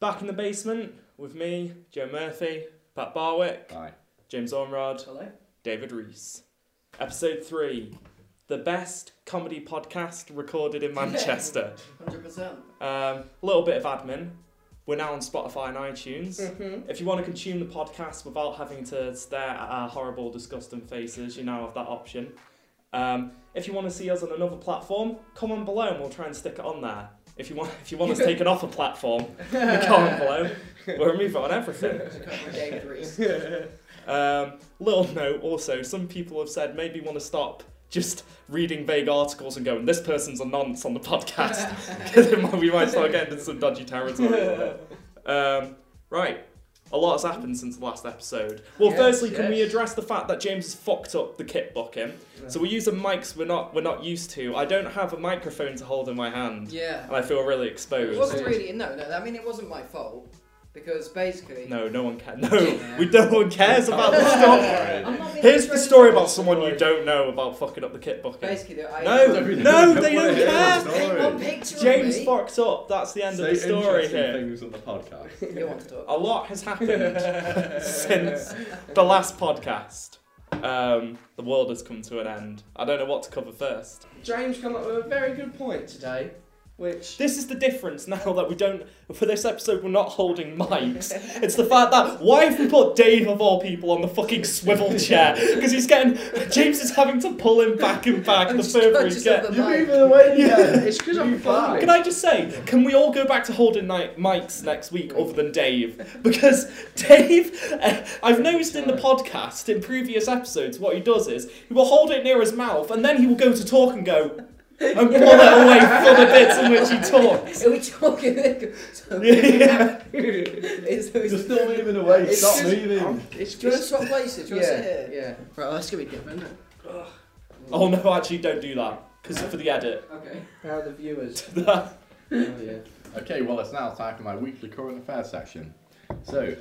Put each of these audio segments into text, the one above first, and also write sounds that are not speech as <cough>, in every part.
Back in the basement with me, Joe Murphy, Pat Barwick, Bye. James Ormrod, Hello. David Rees. Episode 3 The best comedy podcast recorded in Manchester. Hundred <laughs> percent. Um, A little bit of admin. We're now on Spotify and iTunes. Mm-hmm. If you want to consume the podcast without having to stare at our horrible, disgusting faces, you now have that option. Um, if you want to see us on another platform, comment below and we'll try and stick it on there. If you want, if you want us taken off a platform, comment below. We'll remove it on everything. David Reese. Um, little note also, some people have said maybe want to stop just reading vague articles and going, this person's a nonce on the podcast. <laughs> 'Cause it might- we might start getting into some dodgy territory. <laughs> um, right. A lot has happened since the last episode. Well, Yes, firstly, can we yes. address the fact that James has fucked up the kit booking? So we're using mics we're not we're not used to. I don't have a microphone to hold in my hand, <laughs> Yeah. and I feel really It exposed. wasn't really. No, no. I mean, it wasn't my fault because basically. <laughs> No, no one cares. <laughs> No, we no one cares about the stuff. Here's I'm not being the disrespectful. story about someone you don't know about fucking up the kit bucket. Basically, I. No, <laughs> Don't really no, know they what don't it is. care. Take one picture James of me. fucked up. That's the end Say of the story interesting here. things on the podcast. You want to talk? A lot has happened since the last podcast. Um, the world has come to an end. I don't know what to cover first. James come up with a very good point today, which This is the difference now that we don't. For this episode, we're not holding mics. It's the fact that why have we put Dave of all people on the fucking swivel chair? Because he's getting James is having to pull him back and back <laughs> <laughs> I'm the just further he conscious gets. of the you're mic. moving away. Yeah. <laughs> again. It's because I'm You fuck. funny. Can I just say, can we all go back to holding night mics next week other than Dave? <laughs> Because Dave, uh, I've noticed in the podcast, in previous episodes, what he does is he will hold it near his mouth and then he will go to talk and go and pull it away for the bits in which he talks. <laughs> Are we talking? <laughs> so, Yeah. it's, You're <laughs> it's, still moving away. It's Stop just- moving. It's do you want to just swap places? Do you want to sit yeah, here? <laughs> yeah. Right, well, that's gonna be different. Isn't Oh no, actually, don't do that because for the edit. it? Okay. How are the viewers? That- oh yeah. Okay, well, it's now time for my weekly current affairs section. So,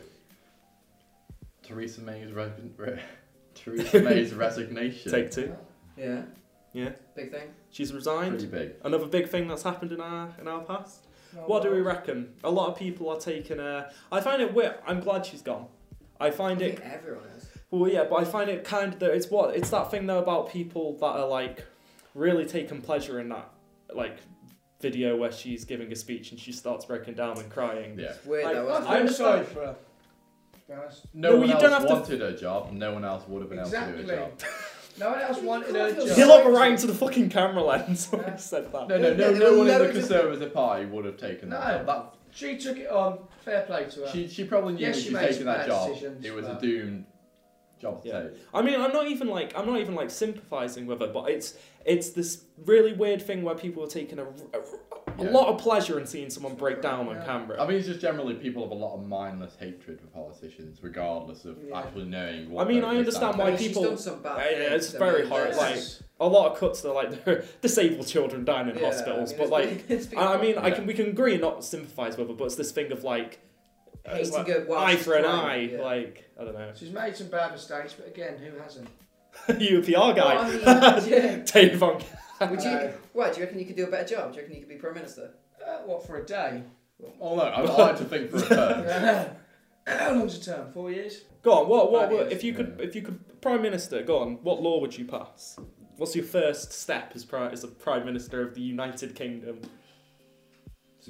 Theresa May's re- re- <laughs> Theresa <laughs> May's <laughs> resignation. Take two. Yeah. Yeah. Big thing. She's Pretty resigned. big. Another big thing that's happened in our in our past. What do we reckon? A lot of people are taking a. I find it weird. I'm glad she's gone. I I find think it. everyone is. Well, yeah, but I find it kind of that it's what it's that thing though about people that are like really taking pleasure in that like video where she's giving a speech and she starts breaking down and crying. Yeah. It's weird I- though, I'm isn't I understand. sorry for her. to be honest. No, No, one you else don't have to- wanted her job. and No one else would have been able to Exactly. do her job. No one else wanted her He'll job. He looked right into the fucking camera lens when I said that. No, no, no, Yeah, there no were one in the loads of- Conservative Party would have taken that No, job. that she took it on. Fair play to her. She, she probably knew Yes, if she she'd made taken that bad job, decisions, it was a but- doomed job to Yeah. take. I mean, I'm not even like I'm not even like sympathizing with her, but it's it's this really weird thing where people are taking a, a, a Yeah. lot of pleasure in seeing someone break down on Yeah. camera. I mean, it's just generally people have a lot of mindless hatred for politicians, regardless of Yeah. actually knowing what. I mean, they I understand stand why for. she's people- done some bad Yeah, yeah, things, it's I very mean, hard, that's- a lot of cuts to like <laughs> the disabled children dying in Yeah, hospitals, I mean, but like it's been- I I mean, I can Yeah. we can agree and not sympathise with her, but it's this thing of like, it's Hating like, her while eye she's for an eye, crying, yeah. like I don't know, <laughs> She's made some bad mistakes, but again, who hasn't? you a PR Well, guy, I mean, yeah. <laughs> Dave Von. Would you? uh, No. Why do you reckon you could do a better job? Do you reckon you could be prime minister? Uh, what for a <laughs> day? Uh, Oh no, I I like <laughs> to think for a turn. How long's a term? Four years. Go on, what what, That what is, if you could yeah. if you could prime minister? Go on, what law would you pass? What's your first step as prime as a prime minister of the United Kingdom?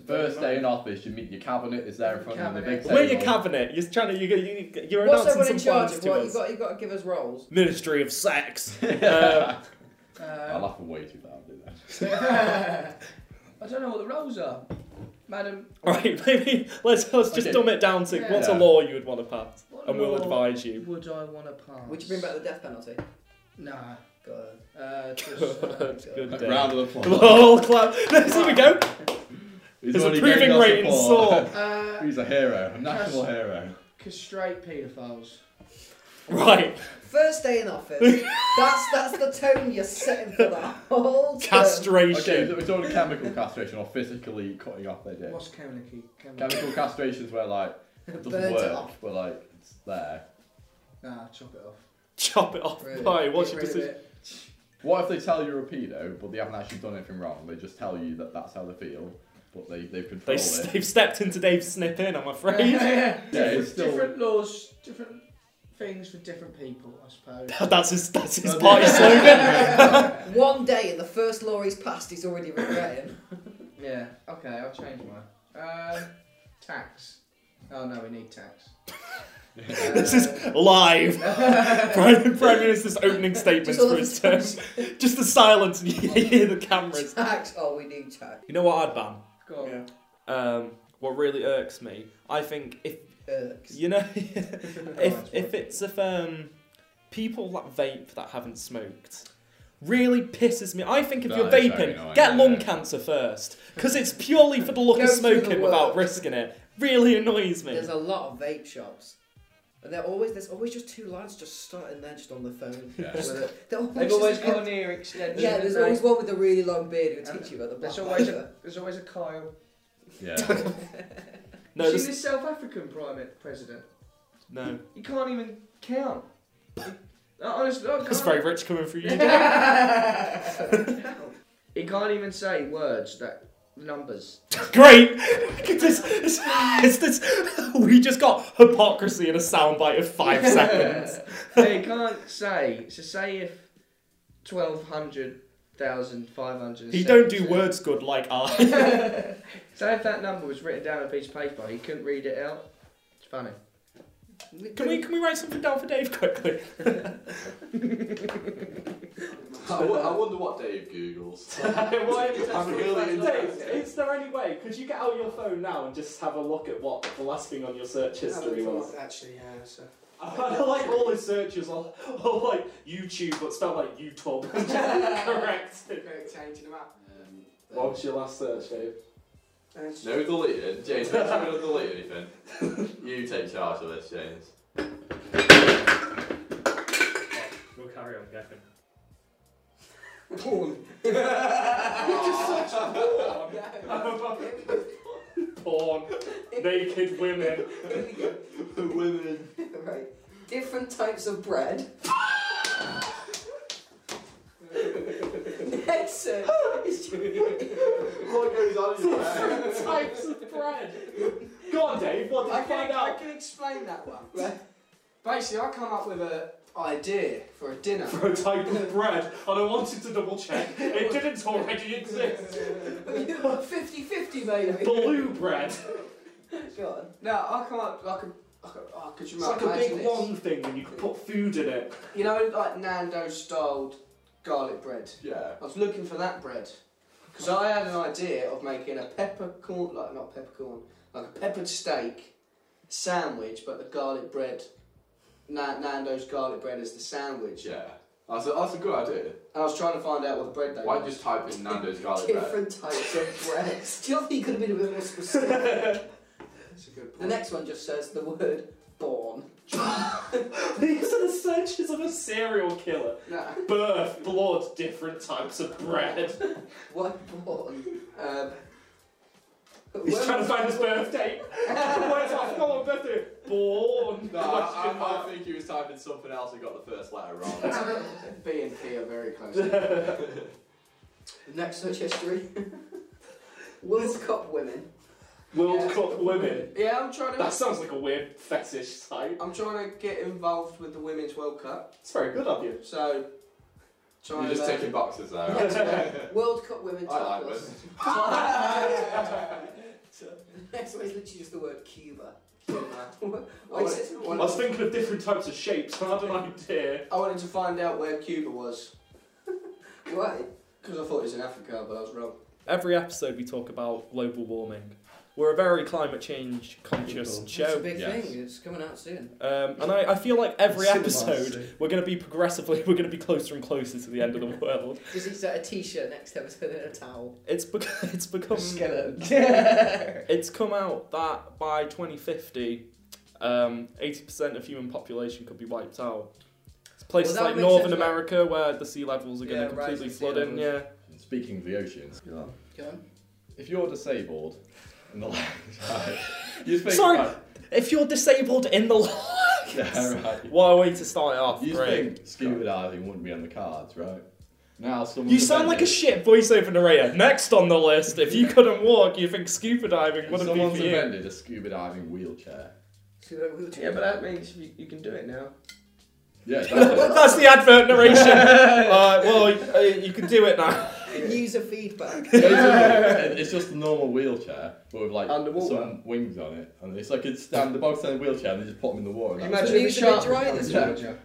First day in office, you meet your cabinet is there in front of the big Cabinet. table. Where your cabinet? You're trying to you you you're What's announcing everyone some in charge plans of? to What you us. got? You got to give us roles. Ministry of Sex. <laughs> Um, Uh, I laugh way too loud. do <laughs> that. I don't know what the roles are, madam. all right, <laughs> maybe let's let's just Okay. dumb it down to Yeah. what's a law you would want to pass, What and we'll law advise you. Would I want to pass? Would you bring back the death penalty? Nah. God. <laughs> Uh, just, uh, Good, <laughs> good Like, day. round of applause. Lol, clap. <laughs> There we go. <laughs> He's His already approving gained our rating support. uh, He's a hero, a national hero. castrate paedophiles. <laughs> <laughs> Right. First day <laughs> in office. that's that's the tone you're setting for that whole. term. Okay, Castration. so we're talking chemical castration or physically cutting off their dick. What's Kameniki? Chemical castrations where like <laughs> it doesn't Burnt it work, off. but like it's there. Nah, chop it off. Chop it off. Really? Why? What's Get your rid decision? of <laughs> it. What if they tell you you're a pedo, but they haven't actually done anything wrong? They just tell you that that's how they feel, but they they control They, it. they've stepped into Dave's snip in, I'm afraid. <laughs> yeah, <laughs> Yeah, different, it's still- different laws, different things for different people, I suppose. <laughs> that's his, that's his Oh, party yeah. slogan. <laughs> One day, the first law he's passed, he's already regretting. Yeah. Okay, I'll change mine. Um, tax. Oh no, we need tax. <laughs> Uh, this is live. <laughs> Prime, Prime Minister's <laughs> opening statements Just all for of his the term. Just the silence <laughs> and you hear the cameras. Tax. Oh, we do tax. You know what I'd ban? Go on. Yeah. Um, what really irks me, I think if Irks. you know, <laughs> Alright, if if it's if um, people that vape that haven't smoked. Really pisses me. I think if That you're is very vaping, annoying, get lung yeah. cancer first, because it's purely for the look Go of through the smoking without work. risking it. Really annoys me. There's a lot of vape shops. And they're always there's always just two lads just starting there just on the phone. Yeah. Just- they're always They've just- always got an ear extension. Yeah, there's haven't always they? one with a really long beard who'll And teach you about the black There's always <laughs> a, leather. there's always a Kyle. <laughs> yeah. no, you this, seen this South African primate president? <laughs> no. You can't even count. He- Uh, honestly, I That's can't. very rich coming from you. He can't even say words that numbers. Great! <laughs> This, this, it's this, we just got hypocrisy in a soundbite of <laughs> five seconds. he can't say. So say if twelve hundred thousand five hundred. He don't do words good like <laughs> I. So if that number was written down on a piece of paper, he couldn't read it out. It's funny. Can we can we write something down for Dave <laughs> quickly? I, w- I wonder what Dave Googles. I'm really interested. is there any way? Could you get out your phone now and just have a look at what the last thing on your search Actually, yeah. So. <laughs> I like all his searches on, on like YouTube, but spelled like YouTube. <laughs> Correct. Changing them up. was your last search, Dave? No deleted. James, make sure you don't delete anything. <laughs> You take charge of this, James. We'll carry on guessing. <laughs> <laughs> Porn. <laughs> Porn, naked women. Women. right. Different types of bread. <laughs> Next uh, search is What goes on in your <laughs> head? types of bread. Go on, Dave. What did you find out? can explain that one. Basically, I come up with an idea for a dinner. For a type of bread, and I wanted to double check. It didn't already exist. 50 50 maybe. Blue bread. Go on. No, I come up like a. Like a oh, could you It's like a imagine big this? long thing, and you could put food in it. You know, like Nando styled garlic bread. Yeah. I was looking for that bread because I had an idea of making a peppercorn, like not peppercorn, like a peppered steak sandwich, but the garlic bread, Na- Nando's garlic bread is the sandwich. Yeah. That's a, that's a good idea. And I was trying to find out what the bread they Why were. don't you just type in Nando's garlic bread? Different types of bread. Do you think he could have been a bit more specific? That's a good the next one just says the word born. These are the searches of a serial killer. No, Birth, blood, different types of bread. Why born? <laughs> um, He's Where trying to was- find his birthday. Where's my fucking birthday? Born. No, I, I, I think he was typing something else and got the first letter <laughs> wrong. B and P are very <laughs> close. Next search history. <laughs> World Cup women. World Yeah. Cup women. yeah, I'm trying to. That sounds like a weird fetish site. I'm trying to get involved with the Women's World Cup, It's very good of you. so You're trying just to. ticking boxes there. World Cup women I like titles. this. Next one is literally just the word Cuba. I Why wanted- is it- I was thinking of different types of shapes. I had an idea. I wanted to find out where Cuba was Why? because I thought it was in Africa, but I was wrong. Every episode we talk about global warming. We're a very climate change conscious People. It's a big Yes. thing. It's coming out soon. Um, and I, I feel like every Cinemas, episode eh? we're going to be progressively <laughs> we're going to be closer and closer to the end of the world. Just he's a t-shirt next episode and a towel. <laughs> It's bec- <laughs> it's become Skeleton. <laughs> <laughs> it's come out that by 2050, um, 80% of human population could be wiped out. It's places Well, that like makes Northern sense, right? America where the sea levels are going Yeah, to completely rising sea flood in. Yeah, levels. Speaking of the oceans, Go on. if you're disabled and the <laughs> line you think Sorry. Right, if you're disabled in the <laughs> <laughs> yeah, right. <laughs> what a way to start it off. You Great. think scuba diving wouldn't be on the cards, right? Now someone. You sound like a shit voiceover narrator. Next on the list, if <laughs> you couldn't walk, you think scuba diving If wouldn't someone's be for you. invented a scuba diving wheelchair. See that wheelchair? Yeah, but that means you, you can do it now. Yeah, <laughs> <laughs> that's That's the advert narration. uh, well, uh, you can do it now. User feedback. it. <laughs> <laughs> It's- it's just a normal wheelchair, but with like Underwater. some wings on it, and it's like a stand, the bog standard wheelchair, and they just put them in the water. and that's Imagine it. if a Use a shark bit dry this Yeah. wheelchair.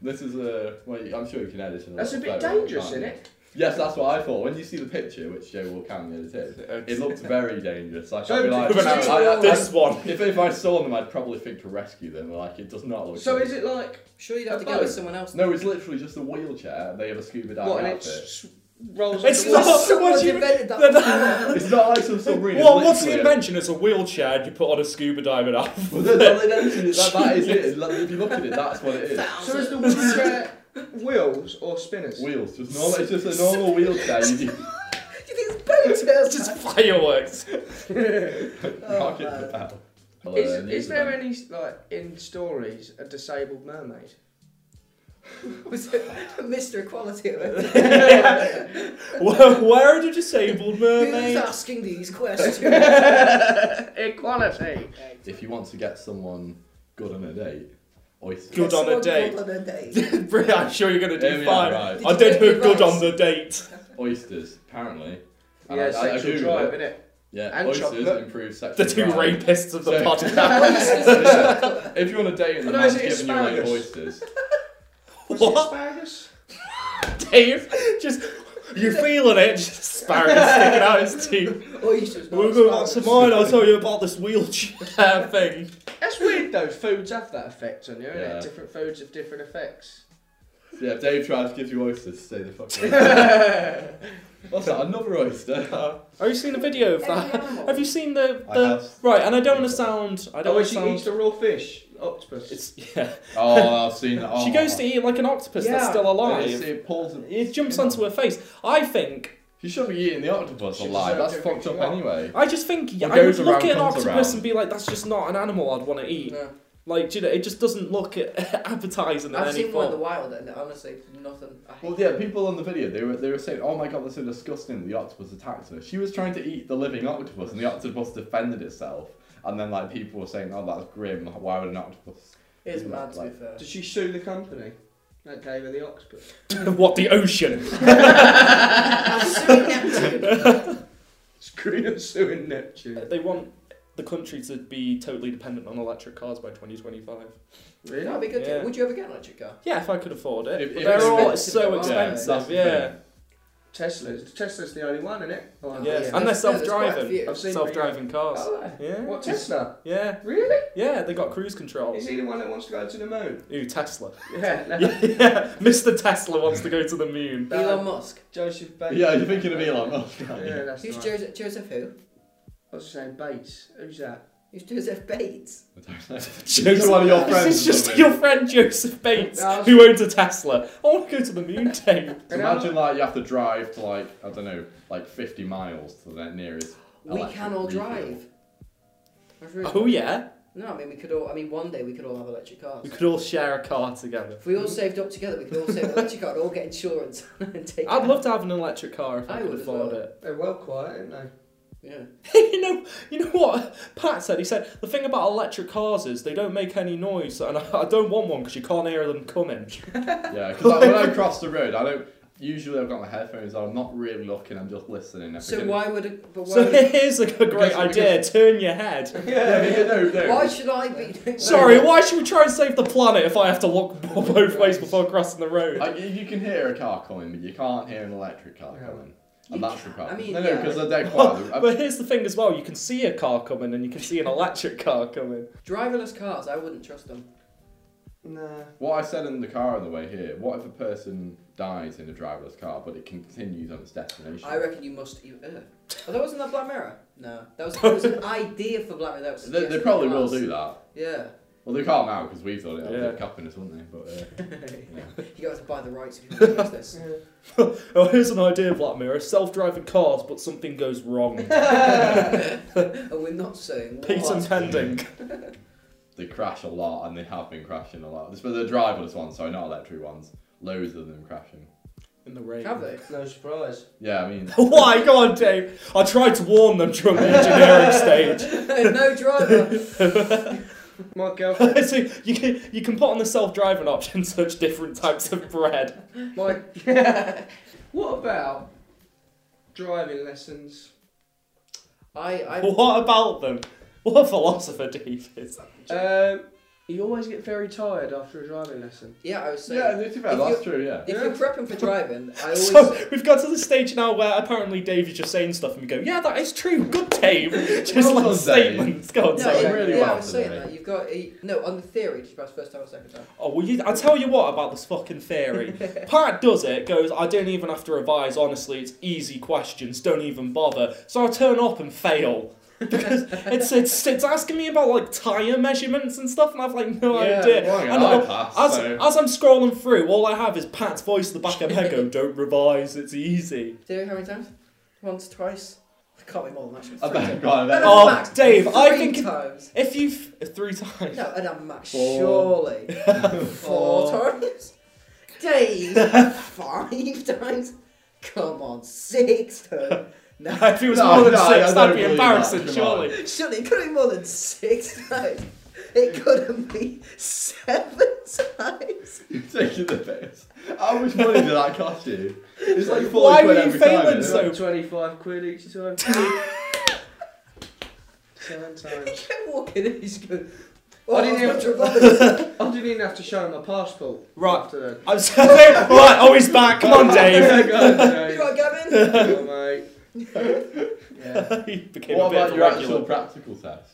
This is a. Well, I'm sure you can edit it. That's a lot bit better, can't dangerous, you? isn't it? Yes, that's what I thought. When you see the picture, which Joe will can edit it, <laughs> it <laughs> looked very dangerous. Like, I'd be Don't like, do But I- now, I- I- this one. if, if I saw them, I'd probably think to rescue them. Like, it does not look. So good. is it like Sure, you'd have A to go with boat. someone else. No, it's literally just a wheelchair. They have a scuba diving what? And it outfit. s- rolls. It's underwater? not so Someone much even. invented <laughs> that. It's not like some submarine. Well, it's what's the literally a- invention? It's a wheelchair and you put <laughs> on a scuba diver outfit. Well, no, no, no, no, <laughs> that, that is it. Like, If you look at it, that's what it is. <laughs> So is the wheelchair wheels or spinners? <laughs> Wheels, just normal. It's just a normal wheelchair. You <laughs> do Do <laughs> you think it's boat? It's <laughs> just fireworks. rocket man. propel. Well, Oh, Is, uh, is news there event. any like in stories a disabled mermaid? <laughs> Was it <laughs> Mr. Equality? Where, where are the disabled <laughs> Who's mermaids? asking <laughs> these questions? Equality. If you want to get someone good on a date, oyster. Good on a Someone date. good on a date. Bri- I'm sure you're gonna do Yeah, yeah, fine. right. I don't Did you do get good rice? on the date. Oysters, apparently. And Yeah, I- I- I sexual Googled drive, it. innit? Yeah, And oysters chocolate. improve sexual The two drive. rapists of the So- podcast. <laughs> Yeah. If you want a date and the Oh, no, is man's giving it you away asparagus? oysters, Was What? it asparagus? Dave, just you feeling it? Just asparagus sticking out his teeth. Or Oh, you should We're going back to mine. I'll tell you about this <laughs> wheelchair Uh, thing. That's weird though. Foods have that effect on you, innit? Yeah. Different foods have different <laughs> effects. <laughs> yeah, if Dave tries to give you oysters, stay the fuck away. Have What's that? Another oyster? Have you seen a video of that? Have you seen the, I the have. right? And I don't want to sound. I don't oh, want she to sound. eats the raw fish, octopus. It's yeah. Oh, I've seen that. She goes to eat like an octopus that's Yeah. still It's- alive. It pulls him. It jumps onto her face. I think You shouldn't be eating the octopus She alive. deserved That's it, fucked she up won. anyway. I just think yeah, What I would goes look around at an comes octopus around. and be like, that's just not an animal I'd want to eat. No. Like, do you know, it just doesn't look <laughs> appetizing in I've any seen one in the form. wild and honestly, nothing. I hate Well, yeah, people on the video they were they were saying, "Oh my god, that's so disgusting." The octopus attacked her. She was trying to eat the living octopus, and the octopus defended itself. And then like people were saying, "Oh, that's grim. Why would an octopus?" it. It's Yeah, mad to be like- <laughs> fair. Did she sue the company that gave her <laughs> the octopus? <laughs> what the <laughs> ocean? I'm suing Neptune. Screen of suing Neptune. they want the country to be totally dependent on electric cars by 2025. That'd be good. Yeah. Would you ever get an electric car? Yeah, if I could afford it. If- But if they're it's all expensive, so aren't they? that's expensive. the Yeah. thing. Tesla's Tesla's the only one, isn't it? Oh, Yes, yeah. and they're There's- no, there's quite a self-driving. few. I've seen Self-driving cars. Oh, Yeah. What Tesla? Yeah. Really? Yeah. They got cruise control. Is he the one that wants to go to <laughs> the moon? Ooh, Tesla. <laughs> <laughs> Yeah. no. yeah. Mr. Tesla wants to go to the moon. Elon Musk. Joseph Bates. Yeah, you're thinking of Elon Musk. aren't you? <laughs> <laughs> Yeah, that's Who's right. Joseph, Joseph who? I was saying Bates. Who's that? Who's Joseph Bates? I <laughs> don't know. Joseph- You're one of your This friends is or just something. your friend Joseph Bates, No, I was- who owns a Tesla. I want to go to the moon, Dave. <laughs> So imagine like you have to drive to like I don't know, like 50 miles to the nearest. We electric can all refuel. drive. That's really- Oh yeah, No, I mean we could all. I mean one day we could all have electric we cars. could all share a car together. If we all saved up together, we could all save an electric car and all get insurance <laughs> and take. it I'd out. love to have an electric car if I, I could would as afford well. it. They're well quiet, aren't they? Yeah. <laughs> you know, you know what Pat said. He said the thing about electric cars is they don't make any noise, and I, I don't want one because you can't hear them coming. Yeah, because like, when <laughs> I cross the road, I don't. Usually, I've got my headphones on. I'm not really looking. I'm just listening. If I So can- why would? it- But why? So <laughs> would- here's a, a great Because- idea. Turn your head. <laughs> Yeah, yeah, no, no. why should I be? Sorry, why should we try and save the planet if I have to look <laughs> b- both ways before crossing the road? Like, you you can hear a car coming, but you can't hear an electric car Yeah. coming. You And that's the can't- problem. I mean, no, no, yeah. because they're <laughs> dead quiet. I- But here's the thing as well, you can see a car coming and you can see an electric car coming. Driverless cars, I wouldn't trust them. Nah. what I said in the car on the way here, what if a person dies in a driverless car, but it continues on its destination? I reckon you must. You, uh. Oh, that wasn't that Black Mirror. No, that was, that was an idea for Black Mirror. That was they, they suggested probably by will us. do that. Yeah, Well, they can't now because we've done it. Yeah. They're cupping us, wouldn't they? But, uh, you guys buy the rights if you want to use this. <laughs> Oh, here's an idea, Black Mirror. Self-driving cars, but something goes wrong. and we're not saying Patent what. pending. they crash a lot, and they have been crashing a lot. But the driverless ones, sorry, not electric ones. Loads of them crashing. in the rain. Have they? No surprise. Yeah, I <laughs> mean, <laughs> Why? Go on, Dave. I tried to warn them during the engineering stage. <laughs> no driver. <laughs> My girlfriend, <laughs> so you can you can put on the self-driving option, <laughs> search different types of bread. my. what about driving lessons? I, I, What about them? What a philosopher Dave is. Um, you always get very tired after a driving lesson. yeah, I was saying. yeah, no, to be fair, if that's true, yeah. If you're prepping for driving, <laughs> I always. So we've got to the stage now where apparently Dave is just saying stuff, and we go, "Yeah, that is true. Good, <laughs> Dave." <laughs> Just Well like done, Dave. statements. Go on, no, sorry. it, really yeah, well I was today. saying that. You've got a, no on the theory. Did you pass first time or second time? Oh, well, you, I tell you what about this fucking <laughs> theory. Pat does it, goes, I don't even have to revise, honestly, it's easy questions, don't even bother. So I turn up and fail. <laughs> Because it's, it's, it's asking me about like tyre measurements and stuff, and I've like no yeah, idea. well, hang on, And I I'll- passed, As, so- as I'm scrolling through, all I have is Pat's voice in the back of my head <laughs> go, don't revise, it's easy. Theory how many times? Once, twice. I can't be more than that. Three I bet, times. God, I bet. Oh, And I'm max Dave, I three think it- times. If you've. uh, Three times. No, and I'm max Four. surely <laughs> four Four. times. <laughs> Dave, five times. Come on, six times. <laughs> No, <laughs> If it was No, more than no, I six, don't that'd be believe that, embarrassing, come surely. surely it couldn't be more than six times. It couldn't be seven times. You're taking the piss. How much money did that cost you? It's like 40 Why were quid you every failing time, isn't <laughs> so- it? Like 25 quid each time. <laughs> Seven He times. kept walking in, he's going. Oh, I I didn't didn't even- even. I didn't even have to show my passport. Right. <laughs> After that. I'm sorry. right, oh, he's back. Come <laughs> on, Dave. <laughs> You got Gavin? Oh, mate. <laughs> Yeah. he became What a bit about of a your regular. actual practical test?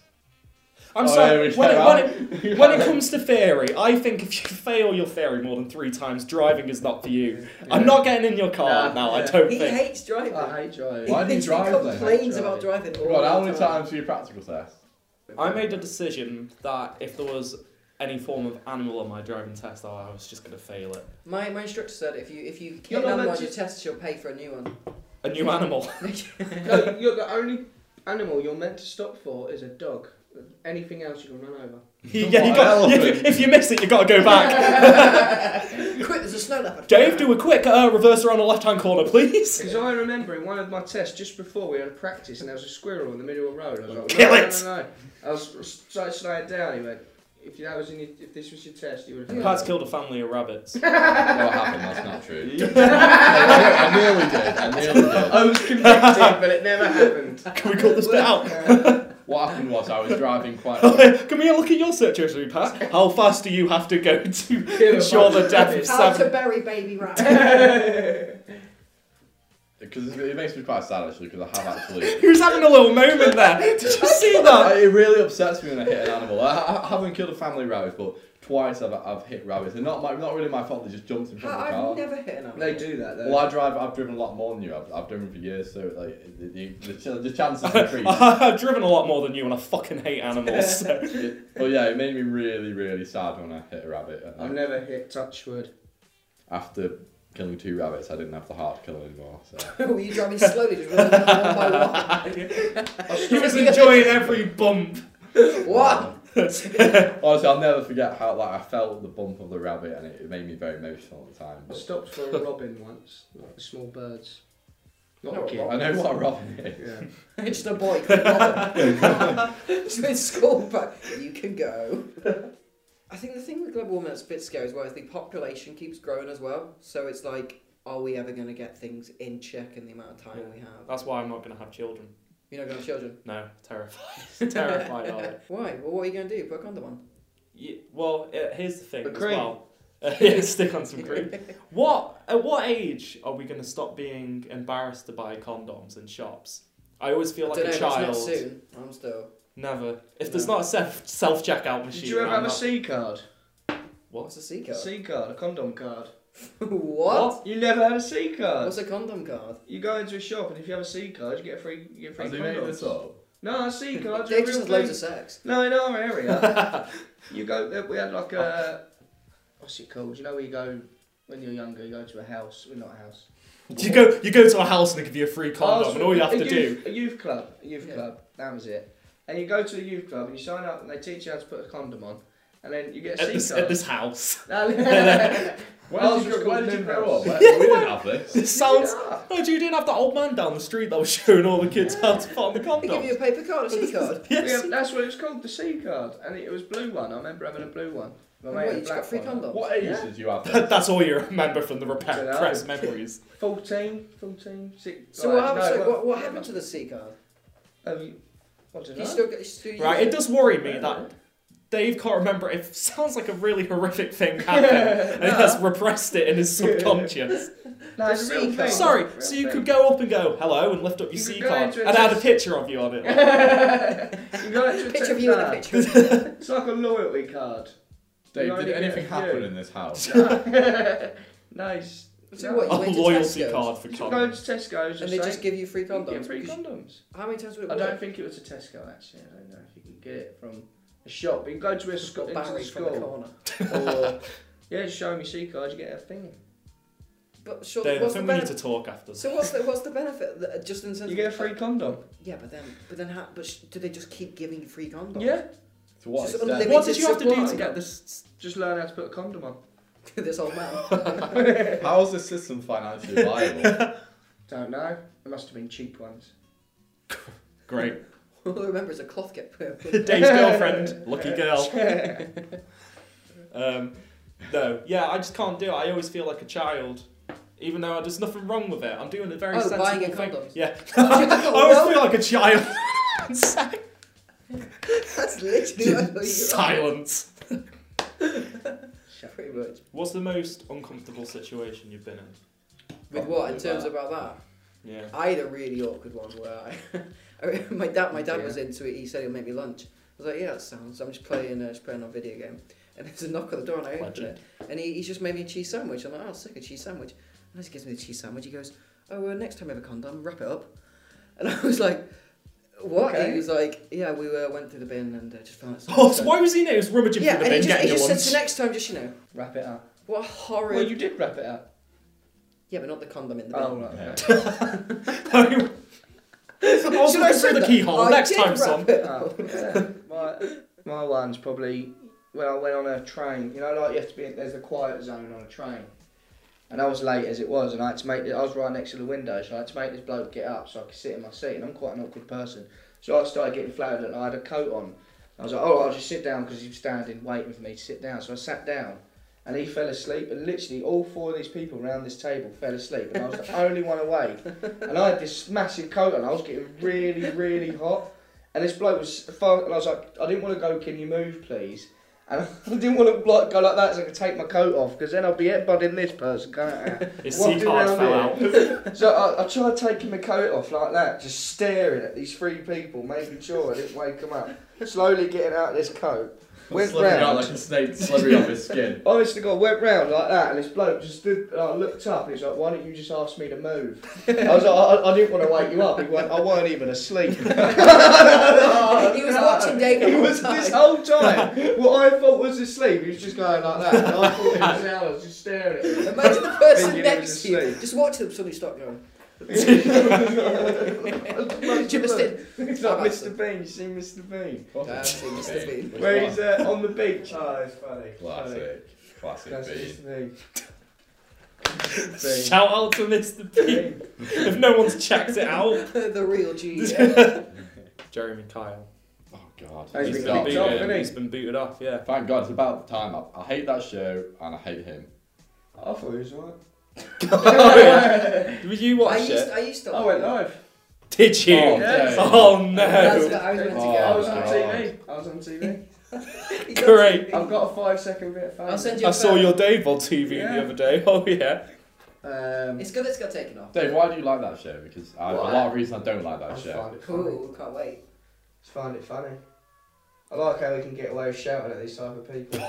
I'm Oh, yeah, sorry. we when, came it, when, out. it, when <laughs> it comes to theory, I think if you <laughs> fail your theory more than three times, driving is not for you. I'm not getting in your car Nah, now. I yeah. <laughs> don't He think. hates driving. I hate he Why driving. do you thinks- drive he then? complains Hate about driving all God, how the many time. times for your <laughs> practical test? I made a decision that if there was any form of animal on my driving test, I was just going to fail it. My, my instructor said if you if you You're get not another meant one to- your test, she'll pay for a new one. A new animal. <laughs> No, you're the only animal you're meant to stop for is a dog. Anything else you can run over. yeah, you What got, elephant? if, if you miss it, you got to go back. Quick, there's a snow leopard. Dave, do a quick uh, reverse around the left hand corner, please. Because I remember in one of my tests just before we had a practice and there was a squirrel in the middle of the road. I was like, Kill no, it!" No, no, no. I was s- so slowing down. He went, if that was in your, if this was your test, you would have. Pat's killed a family of rabbits. What happened? That's not true. <laughs> I nearly did. I nearly did. <laughs> I was convicted, but it never happened. <laughs> <laughs> Can we cut this bit out? What happened was I was driving quite. Can we look at your search history, Pat? How fast do you have to go to ensure the death of How to seven? bury baby rabbit. Because it makes me quite sad actually. Because I have <laughs> actually. He was having a little moment there. Did you see that? It really upsets me when I hit an animal. I, I haven't killed a family rabbit, but twice I've, I've hit rabbits. And not my, not really my fault. They just jumped in front of the car. I've never hit an animal. <laughs> They do that though. Well, I drive. I've driven a lot more than you. I've, I've driven for years, so like the, the, the, ch- the chances <laughs> increase. I've driven a lot more than you, and I fucking hate animals. <laughs> So. It- But yeah, it made me really, really sad when I hit a rabbit. And then I've never hit touchwood. after killing two rabbits, I didn't have the heart to kill anymore. So. Were you driving slowly, just running them one by He was enjoying every bump. one? What? Honestly, I'll never forget how like I felt the bump of the rabbit, and it, it made me very emotional at the time. I But stopped for a robin once, like the small birds. Not No, a kid. robin. I know what a robin is. <laughs> Yeah. Just a boy. called <laughs> Robin. <laughs> Just in school, but you can go. I think the thing with global warming that's a bit scary as well is the population keeps growing as well. So it's like, are we ever going to get things in check in the amount of time we have? That's why I'm not going to have children. You're not going to have <laughs> children. No, terrified. <laughs> terrified of it. Why? Well, what are you going to do? Put a condom <laughs> on. Ye- well, uh, here's the thing The as cream. <laughs> well. <laughs> yeah, stick on some <laughs> cream. What? At what age are we going to stop being embarrassed to buy condoms in shops? I always feel like Dunno, a that's child. not soon. I'm still. Never. If there's No. not a self self checkout machine, Did you ever I'm have a not- C card? What's a C A card? C card, a condom card. <laughs> what? You never had a C card. What's a condom card? You go into a shop and if you have a C card, you get a free, you get a free Have they made condom. this up? No, <laughs> a C card. Dave just has loads of sex. No, in our area, you go. uh, We had like a what's it called? You know, where you go when you're younger. You go to a house. We're not a house. You go you go to a house and they give you a free condom, Ours and all you was have Oh, a to do. youth, A youth club. A youth Yeah. club. That was it. And you go to a youth club and you sign up and they teach you how to put a condom on. and then you get a At this, sea at <laughs> cow. this house. Where did Ours you, was grow- where called did you Nimrod. grow <laughs> <laughs> up? Where- we didn't have <laughs> this. This sounds. No, you didn't have that old man down the street that was showing all the kids how to put <laughs> on the They give condom. you a paper card, a C card. <laughs> We Yes. <laughs> have- that's what it was called, the sea card, and it was blue one. I remember having a blue one. My mate Wait, you had a just black got free one. condoms. What age Yeah. did you have this? That's all you remember from the repair Dunno. press <laughs> memories. 14, 14, six- So like, what happened? no, so well, what, what yeah, happened to the C card? Um, what did You I? still get still Right, it does worry me that Dave can't remember. It sounds like a really horrific thing happened, and he <laughs> has repressed it in his subconscious. no, it's The a real sea card. thing. Sorry, Real so you thing. <laughs> could go up and go, hello, and lift up your You C could go card into a and add a test- picture of you on <laughs> you it. go into <laughs> a Picture of tech you in a card. picture. of you. It's like a loyalty card. Dave, did Yeah, anything yeah. happen in this house? <laughs> <laughs> nice. So what? A You went to loyalty Tesco's. card for You go condoms. to Tesco's And they say- just give you free You get condoms. free because- condoms. How many times would it I work? don't think it was a Tesco actually. I don't know if you can get it from a shop. But you can go to a Just school, got into the Barry from the school, <laughs> corner. or yeah, just show them your C card. You get a thing. But sure, Dave, I what's the think we need to benefit? talk after this. So what's the what's the benefit? that- uh, Just in terms You get a of- free condom. Yeah, but then but then how? But sh- do they just keep giving you free condoms? Yeah. To what Just extent? unlimited- What did you have to do supply. to <laughs> get this? Just learn how to put a condom on. this old man. How is this system financially viable? Don't know. There must have been cheap ones. Great. All I remember is a cloth get put. Dave's <laughs> girlfriend, lucky girl. Um, no, yeah, I just can't do it. I always feel like a child, even though there's nothing wrong with it. I'm doing a very Oh, sensible buying a thing. condom. <laughs> Yeah, <laughs> I always feel like a <laughs> <laughs> child. That's literally what I thought you Silence. Pretty much. What's the most uncomfortable situation you've been in? With what in Probably terms that. about that? Yeah. I had a really awkward one where I, I <laughs> mean, my dad, my dad was into it. He said he'll make me lunch. I was like, yeah, that sounds. I'm just playing, uh, just playing on video game. And there's a knock on the door, and I open Legend. it, and he, he's just made me a cheese sandwich. I'm like, oh, sick, a cheese sandwich. And he gives me the cheese sandwich. He goes, oh, well, next time we have a condom, wrap it up. <laughs> And I was like, what? Okay. He was like, yeah, we uh, went through the bin and uh, just found it. <laughs> Oh, so why was he in it? He was rummaging yeah, through and the he bin, just, he getting just your said to lunch. next time, just you know, <laughs> Wrap it up. what a horrid. Well, you did wrap it up. Yeah, but not the condom in the bin. Oh, right. okay. also, <laughs> Should I look through say the that? keyhole I next did time, wrap son. it up. Oh, yeah. <laughs> my, my one's probably when I went on a train. You know, like you have to be. There's a quiet zone on a train, and I was late as it was, and I had to make. I was right next to the window, so I had to make this bloke get up so I could sit in my seat. And I'm quite an awkward person, so I started getting flattered, and I had a coat on. I was like, "Oh, I'll just sit down because he was standing waiting for me to sit down." So I sat down. And he fell asleep, and literally all four of these people around this table fell asleep, and I was the only one awake. And I had this massive coat on, I was getting really, really hot. And this bloke was far, and I was like, I didn't want to go. Can you move, please? And <laughs> I didn't want to like, go like that, so I could take my coat off, because then I'll be headbutting this person. Can't I? His What C did card I fell do? out. <laughs> so I, I tried taking my coat off like that, just staring at these three people, making sure I didn't wake them up. Slowly getting out of this coat, went Slithering out round. like a snake slithering off his skin. Honestly, God, went round like that, and this bloke just stood. And I looked up, and he's like, "Why don't you just ask me <laughs> to move?" I was like, "I, I didn't want to wake you up." He went, "I weren't even asleep." <laughs> he <laughs> was watching Dave the He whole was time. this <laughs> whole time. What I thought was asleep, he was just going like that. And I thought it was hours, just staring at him. Imagine the person Thinking it was next to you. asleep. Just watch them suddenly stop going. <laughs> Just Just in. It's like I've actually- Mr. Bean. You seen Mr. Bean? I've seen Mr. Bean. Which Where one? he's uh, on the beach. Oh, it's funny. Classic. Classic That's bean. Mr. <laughs> Bean. Mr. Shout out to Mr. P. Bean. if no one's checked it out. <laughs> the real G. Jeremy Kyle. Oh god. Hey, He's been got- kicked off, booted. hasn't he? He's been booted off, yeah. <laughs> Thank God, it's about time. I, I hate that show and I hate him. I thought he was alright. <laughs> Did you Oh, I watch used, it? I used to. I went live. Did you? Oh, Yeah. Dave. Oh That's no! what I was meant Oh, to go. I was on God. TV. I was on TV. He got Great. to- I've got a five second bit of fame. I'll send you. I a saw photo. your Dave on TV the Yeah. other day. <laughs> Oh yeah. Um, It's good. It's got <laughs> taken off. Dave, why do you like that show? Because I, a Well, lot of reasons I don't like I that just show. find it funny. Cool. Can't wait. Just find it funny. I like how we can get away with shouting at these type of <laughs> people. <laughs>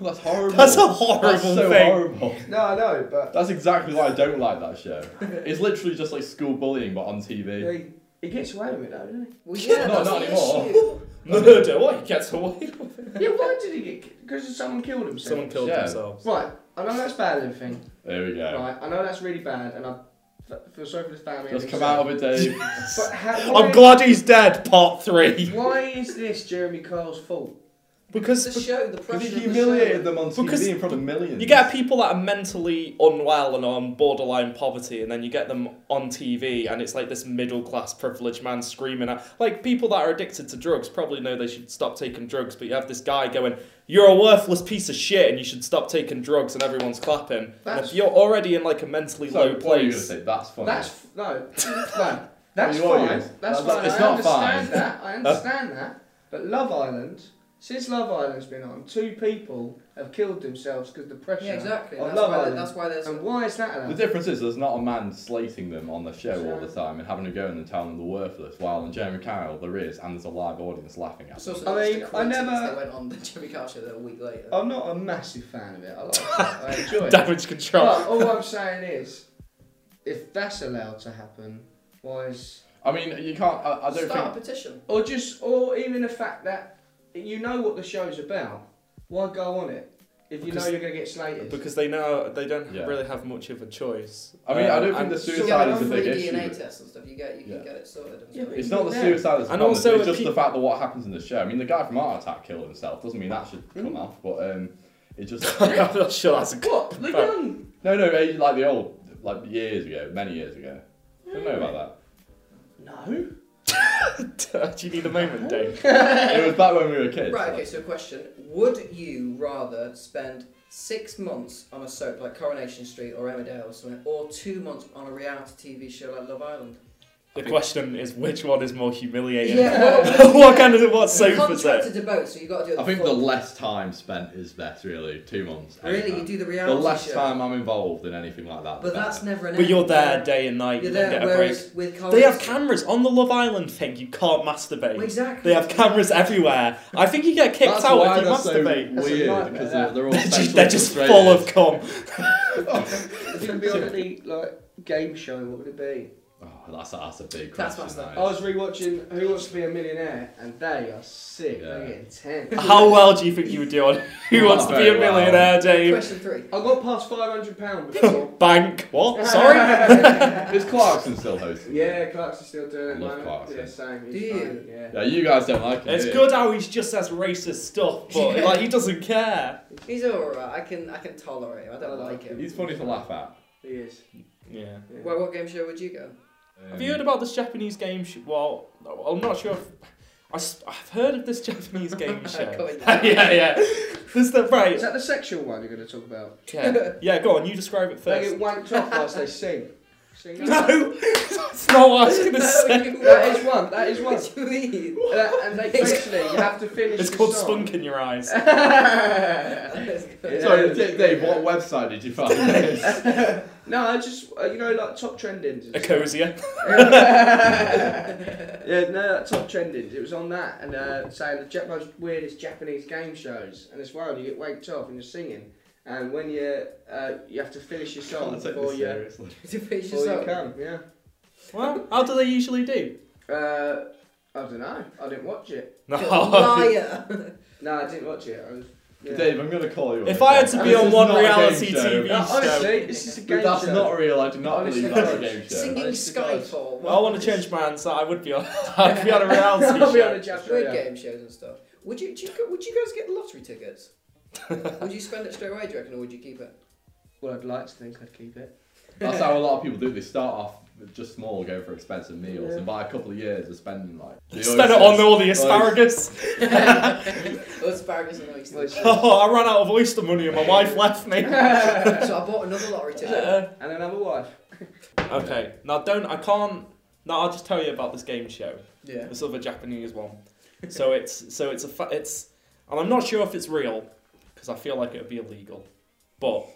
That's horrible. That's a horrible That's so thing. horrible. no, I know, but That's exactly why I don't like that show. It's literally just like school bullying, but on TV. he, he gets away with it, though, doesn't Well, yeah, No, that's not the anymore. <laughs> issue. Murder. What? He gets away with it. he? yeah, why did he get? Because someone killed himself. Someone killed Yeah. themselves. Right, I know that's bad and everything. There we go. Right, I know that's really bad, and I f- feel sorry for this family. Just come out of it, Dave. But how, why, I'm glad he's dead. Part three. Why is this Jeremy Kyle's fault? Because The show, the Because he pressure. of the show. humiliated them on Because TV in front of millions. You get people that are mentally unwell and on borderline poverty, and then you get them on TV, and it's like this middle class privileged man screaming at. Like, people that are addicted to drugs probably know they should stop taking drugs, but you have this guy going, You're a worthless piece of shit, and you should stop taking drugs, and everyone's clapping. and That's- if you're already in like a mentally so, low what are you gonna place. say? That's funny. That's f- no, no. <laughs> That's You are fine. yours. That's, That's- fine. it's I not understand fine. that. I understand that. But Love Island, since Love Island's been on, two people have killed themselves because the pressure. Yeah, exactly. I That's love why, Ireland. that's why there's. And why is that? The Allowed? difference is there's not a man slating them on the show all the time and having to go in and telling them they're worthless, while in Jeremy Kyle there is, and there's a live audience laughing at It's them. also I mean, just a I coincidence never- They went on the Jimmy Carr show a week later. I'm not a massive fan of it. I like it. <laughs> I enjoy <laughs> it. Damage control. But all I'm saying is, if that's allowed to happen, why is I mean, you can't. I, I don't Start think. a petition. or just or even the fact that you know what the show's about, why go on it if you Because- know you're gonna get slated? Because they know they don't Yeah. really have much of a choice. <laughs> I mean, I Um, don't think the and- You suicide get is on the free big DNA issue. tests and stuff. You get, you Yeah. can get it sorted. and Yeah, stuff. but It's not the Yeah. suicide And is problem, also it's if just he- the fact that what happens in the show. I mean, the guy from Heart Attack killed himself. Doesn't mean that should come out, but um, it just. <laughs> I'm not sure that's a good. what But- the gun? no, no, eh, like the old, like years ago, many years ago. I don't know about No. <laughs> Do you need a moment, Dave? that. it was back when we were kids. Right, like- okay, so question. Would you rather spend six months on a soap like Coronation Street or Emmerdale or something, or two months on a reality TV show like Love Island? The question is which one is more humiliating? <laughs> well, what kind of what soap is it? contracted to both, so you got to do it I think the full- less time spent is best, really. Two months. any Really, you time. do the The reality last show. time I'm involved in anything like that. the But that's better. never an But you're end. there day and night. You're you there, don't get a break. whereas with They Coronation have cameras on the Love Island thing. You can't masturbate. Well, Exactly. They have cameras everywhere. I think you get kicked That's out why if you that's so masturbate. <laughs> That's a weird nightmare, because that. they're all They're <laughs> sexually just, they're just frustrated. full of cum. If you're gonna be on any like game show, what would it be? Oh, that's that's a big That's question. what's that I is. was rewatching Who Wants to Be a Millionaire, and they are sick. They're Yeah. getting tense. <laughs> How well do you think you would do on <laughs> Who Wants to Be a Very well. Millionaire, Dave? Question three. I got past five hundred pound <laughs> before. Bank. What? <laughs> <laughs> Sorry? Is Clarkson still hosting? yeah, Clark's still doing it. at the Love moment. Clarkson. Yeah, same. Do He's you? fine, Yeah. Yeah, you guys don't like it. It's do you? good how he just says racist stuff, but Yeah. like he doesn't care. He's alright. I can I can tolerate him. I don't I like like him. He's funny to laugh at. He is. Yeah. Yeah. Well, what game show would you go? Have Um, you heard about this Japanese game? Sh- well, I'm not sure. If- I s- I've heard of this <laughs> Japanese game show. <laughs> Going yeah, down. yeah. There's the right. Is that the sexual one you're going to talk about? Yeah. yeah, go on, you describe it They first. get wanked off whilst they sing. <laughs> Sing. <laughs> No! It's not what I was <laughs> going to say. That is one. That is <laughs> <laughs> one. What do you mean? That- and they basically you have to finish. It's the called song. Spunk in Your Eyes. <laughs> That's Sorry, D- Dave. What website did you find? this? no, I just uh, you know like top trendings. A cozier. <laughs> yeah, no, like top trendings. It was on that and uh, saying the Jap- most weirdest Japanese game shows, and it's one you get waked up and you're singing, and when you uh, you have to finish your Can't <laughs> take song this before you seriously. To finish before Oh, you yourself. <laughs> come. Yeah. Well, how do they usually do? Uh, I don't know. I didn't watch it. You're <laughs> a No. <laughs> Liar. No, I didn't watch it. I was. Yeah. Dave, I'm gonna call you. If on I had this. to And be this on is one not a game reality show. TV No, show. honestly, this is a game That's show. <laughs> not real. I do not Honestly, believe that's a no. game show. Singing Nice to go. Skyfall. I want to change my answer. I would be on. <laughs> I'd be on a <laughs> reality I'll be on show. a Jap Weird show. game shows and stuff. Would you, do you go- would you guys get lottery <laughs> tickets? would you spend it straight away, do you reckon, or would you keep it? Well, I'd like to think I'd keep it. That's how a lot of people do. it. They start off with just small, go for expensive meals, Yeah. and by a couple of years, they're spending like. the Spend it on oysters. all the asparagus. <laughs> Or asparagus and oysters. Oysters. Oh, I ran out of oyster money and my wife left <laughs> me. so I bought another lottery ticket. Uh, And <laughs> another wife. okay, now don't. I can't. Now I'll just tell you about this game show. Yeah. This other Japanese one. <laughs> So it's so it's a fa- it's, and I'm not sure if it's real because I feel like it would be illegal, <laughs> but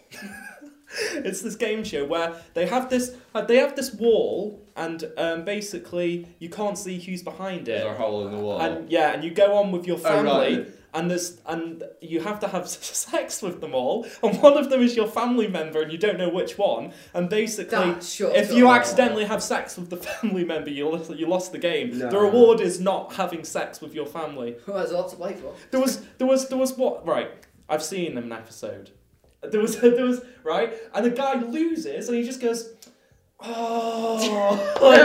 it's this game show where they have this uh, they have this wall and um, basically you can't see who's behind There's it. a hole in the wall. And yeah, and you go on with your Oh, family, right. and there's and you have to have <laughs> sex with them all, and one of them is your family member, and you don't know which one. And basically, That short. if you accidentally have sex with the <laughs> family member, you lost, you lost the game. The No. reward is not having sex with your family. Well, there's a lot to play for. There was there was there was what right? I've seen <laughs> an episode. There was there was right, and the guy loses, and he just goes, <laughs> Oh,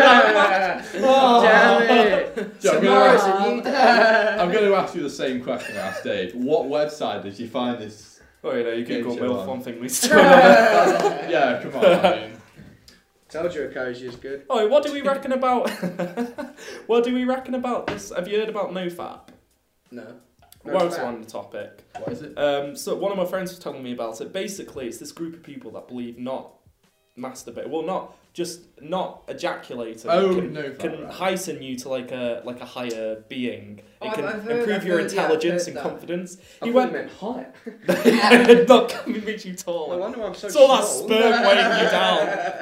<laughs> <laughs> Damn it! <laughs> So I'm, gonna Tomorrow's ask, a new day. I'm gonna ask you the same question I asked Dave. What website did you find this? Oh, you know, you Google Game show MILF, on. one thing <laughs> leads to another. <laughs> <laughs> Yeah, come on. I mean, Told you Okoji is good. Oh, what do we reckon about? <laughs> what do we reckon about this? Have you heard about NoFap? No. Whilst we're on the topic, what is it? um, so one of my friends was telling me about it. Basically, it's this group of people that believe not masturbate, well, not just not ejaculating. Oh, can, NoFap, can right. heighten you to like a like a higher being. It Oh, I've- can I've heard- improve I've your heard- yeah, I've intelligence heard and that. confidence. I He thought went <laughs> meant <laughs> height. not coming makes you No taller. Oh, wonder why I'm so It's all that small.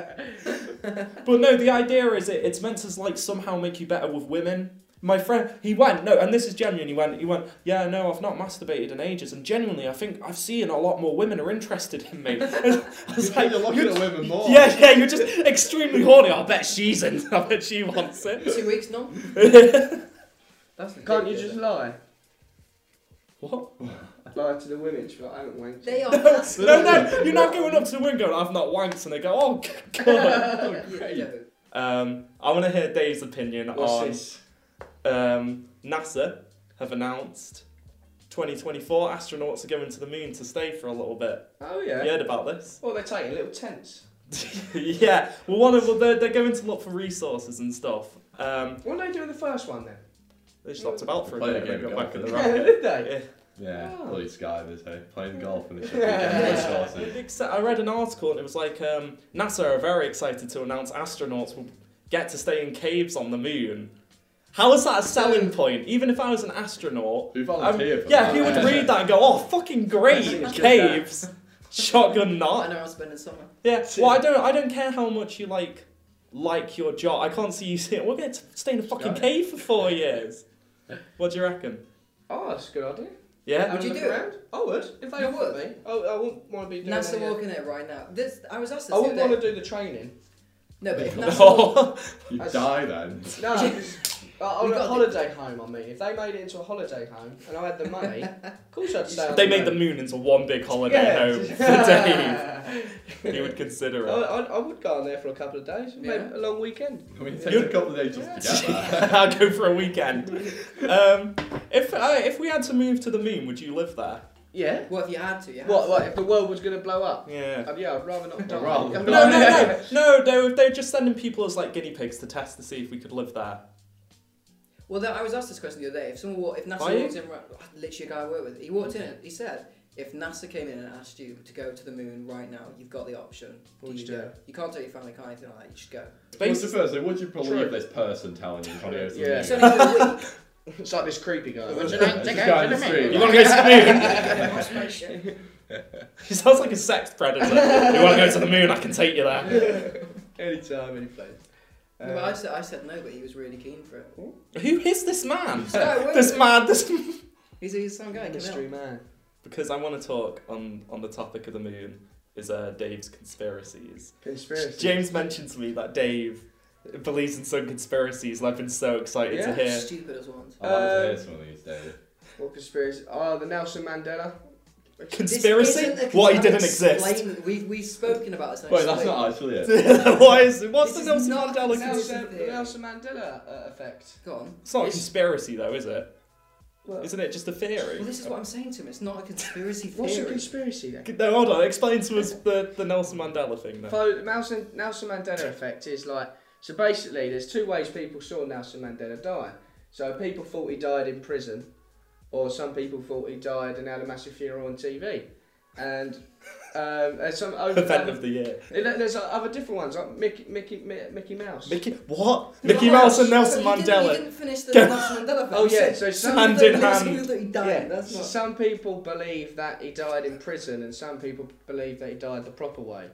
sperm weighing you down. <laughs> but no, the idea is it, it's meant to like somehow make you better with women. My friend, he went no, and this is genuine. He went, he went. Yeah, no, I've not masturbated in ages, and genuinely, I think I've seen a lot more women are interested in <laughs> me. I was like, You're looking <laughs> "You're- at women more. yeah, yeah, you're just extremely horny. I bet she's in. <laughs> I bet she wants it. Two weeks, no? That's Can't you ridiculous. just lie? what? Lie to the women, sure, I haven't wanked. They <laughs> are. No, no, no, you're not going up to the window. and I've not wanked, and they go, oh <laughs> god. <laughs> You Great. know. Um, I want to hear Dave's opinion on. um, NASA have announced 2024 astronauts are going to the moon to stay for a little bit. Oh Have yeah. You heard about this? <laughs> Well, they're taking little tents. yeah. Well, one of well, they're, they're going to look for resources and stuff. Um, What did they do in the first one then? they stopped about for a Play bit the and game then of got back in golf. the Yeah, rocket. <laughs> did they? Yeah, Oh. bloody skivers, hey. Playing golf and it's Yeah. Yeah, big se- I read an article and it was like um, NASA are very excited to announce astronauts will get to stay in caves on the moon. How is that a selling point? Even if I was an astronaut, Who Um, volunteered for yeah, that? who would read that and go, oh, fucking great, That's good, caves, <laughs> shotgun I knot. know I'm spending summer. Yeah, well, I don't, I don't care how much you like, like your job. I can't see you saying, we're going to stay in a fucking Yeah. cave for four years. What do you reckon? Oh, that's a good idea. Yeah? Have Would a you look do it? around? I would. If they You offered me. I, I wouldn't want to be doing NASA any- walking there right now. This I was asked this I the wouldn't other want day. to do the training. <laughs> No, <laughs> but if NASA walk- <laughs> No. You That's- die then. No, because I- I We want a got holiday home, I mean. If they made it into a holiday home and I had the <laughs> money, of course I'd stay on they made the moon. moon into one big holiday Yeah. <laughs> home for Dave. He would I, consider it. I, I would go on there for a couple of days, maybe Yeah. a long weekend. I mean, it takes You- a couple of days just to get there. <laughs> I'll go for a weekend. Um, if, uh, if we had to move to the moon, would you live there? Yeah. <laughs> Well, if you had to, you had What, to. what, if the world was going to blow up? Yeah. Uh, yeah, I'd rather not die. Rather <laughs> not. I'm No, not- no, no, no, no. They're just sending people as like guinea pigs to test to see if we could live there. Well, that, I was asked this question the other day. If someone walked, if NASA Are you? walked in, right, literally a guy I work with, he walked in. He said, if NASA came in and asked you to go to the moon right now, you've got the option. Would you go? do it? You can't take your family, can't anything like that. You should go. What's the Basically, <laughs> first thing? Would you believe True. this person telling you how to go to Yeah. the It's moon? only for a week. It's like this creepy guy. It's <laughs> just guy in the street. you want to go to the moon? My spaceship. He sounds like a sex predator. <laughs> you want to go to the moon? I can take you there. Anytime, any place. Uh, Well, I said, I said no, but he was really keen for it. <laughs> Who is this <laughs> man? So I work This with- man, this. <laughs> He's, he's some guy. Came mystery out. man. Because I want to talk on on the topic of the moon is uh, Dave's conspiracies. Conspiracy. James mentioned to me that Dave believes in some conspiracies, and I've been so excited to Yeah. hear. Stupid as once. I'll have to hear Um, some of these days. What conspiracy? Oh, the Nelson Mandela. Conspiracy? What? He didn't exist. We've, we've spoken about this. and Wait, that's explained. not actually <laughs> it. Why is what's This the is Nelson not Mandela? Nelson- cons- Nelson, the Nelson Mandela uh, effect. Go on. It's not a It's- conspiracy though, is it? What? Isn't it just a theory? Well, this is what I'm saying to him. It's not a conspiracy What's a theory. conspiracy then? No, hold on. Explain to us the, the Nelson Mandela thing. Then. So the Nelson, Nelson Mandela effect is like so. Basically, there's two ways people saw Nelson Mandela die. So people thought he died in prison, or some people thought he died and had a massive funeral on TV, and um, <laughs> there's some over, Event of the year. there's other different ones like Mickey Mickey Mi- Mickey Mouse. Mickey what? No, Mickey no, Mouse and no, Nelson But you didn't- You Mandela. didn't finish the Go- Nelson Mandela thing. Oh, You yeah, said so some hand people in think hand. it's that he died. Yeah, That's not. some people believe that he died in prison, and some people believe that he died the proper way,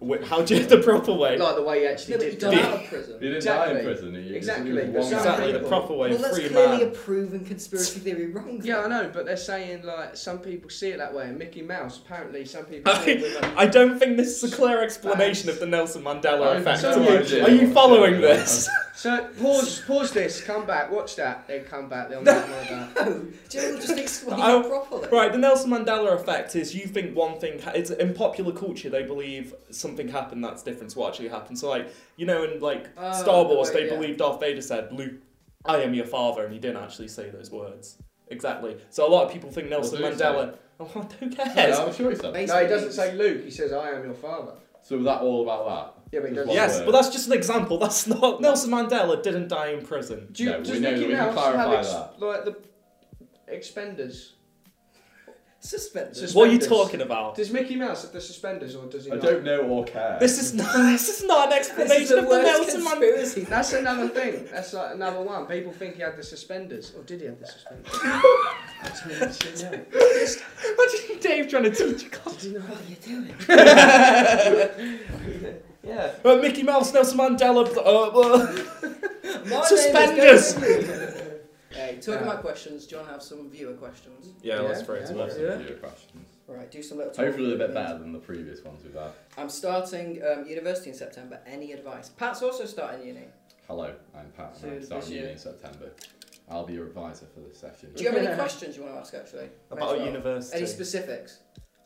Wait, How do you the proper way? like the way he No, actually but he did. died die. out of You prison. didn't die Exactly. in prison. You just Exactly, moved but one some Exactly the people- proper way. Well, that's free clearly man. a proven conspiracy theory wrong. Yeah, I know, but they're saying like some people see it that way, and Mickey Mouse apparently some <laughs> people. see it with, like, I don't think this is a clear explanation of the Nelson Mandela I- effect. so are, you you, did. are you following this? So pause, pause this. Come back, watch that, then come back. Then watch more of that. No, Joe just <laughs> explain I- it properly. Right, the Nelson Mandela effect is you think one thing, ha- it's in popular culture, they believe something happened that's different to what actually happened. So, like, you know, in like Oh, Star Wars, wait, they yeah. believed Darth Vader said, Luke, I am your father, and he didn't actually say those words. Exactly. So, a lot of people think Nelson Well, do you Mandela, oh, <laughs> who Yeah, cares? I'm sure he said that. No, he doesn't say Luke. He says, "I am your father." So was that all about that? Yeah, but he Just doesn't. one Yes, word. but that's just an example. <laughs> That's not. Nelson Mandela didn't die in prison. Do you, No, we does know- Mickey we can Mouse have clarify ex- that. like the expenders? Suspended. Sus- What are you Suspenders. talking about? Does Mickey Mouse have the suspenders or does he I not? don't know or care. This is not, <laughs> this is not an this explanation is the of the worst Nelson Mandela. conspiracy. That's another thing. That's like another one. People think he had the suspenders, or did he have the <laughs> suspenders? I don't know. <laughs> Imagine Dave trying to teach a class. <laughs> What are you doing? Yeah. Uh, Mickey Mouse, Nelson Mandela. Uh, uh, My Suspenders. name is Gary. hey, talking Yeah. about questions, do you want to have some viewer questions? yeah, let's throw it to Lots of Yeah. video questions. Right, do some little. Hopefully a bit talking. better than the previous ones we've had. I'm starting um, university in September. Any advice? Pat's also starting uni. Hello, I'm Pat and So I'm starting this uni year- in September. I'll be your advisor for this session. Do you have any <laughs> questions you want to ask? Actually, May as About well. university. Any specifics?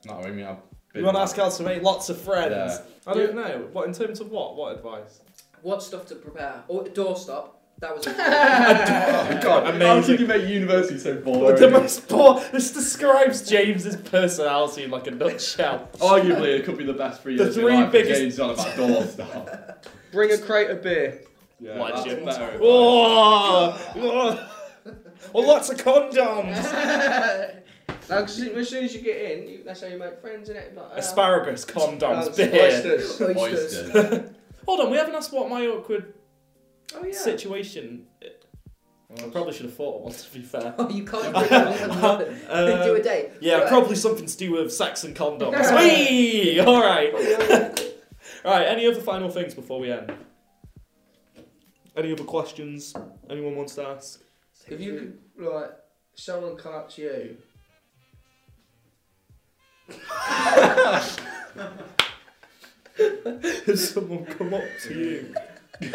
No, I mean I've been you want to <laughs> ask us to make lots of friends? Yeah. I don't know. What in terms of what? What advice? What stuff to prepare? Or doorstop. That was. <laughs> Oh god, how Amazing. did you make university so The boring? most poor. This describes James's personality in like a nutshell. Arguably it could be the best three The years of three your life biggest- James on about door <laughs> stuff. Bring a crate of beer. Yeah, What, that's Jim? better advice. Oh, oh. Well, lots of condoms. Now, cause as soon as you get in, you, that's how you make friends, isn't it? Like, uh, Asparagus, Oh, uh, condoms, beer. oysters. Oysters. <laughs> Hold on, we haven't asked what my awkward oh yeah. situation. I probably should have thought of one to be fair. Um, Oh, <laughs> you can't bring that in. do a day. Yeah, Right. probably something to do with sex and condoms. Whee! All right. All right. Any other final things before we end? Any other questions anyone wants to ask? <laughs> If you could, like, someone come up to you. Has someone come up to you? <laughs>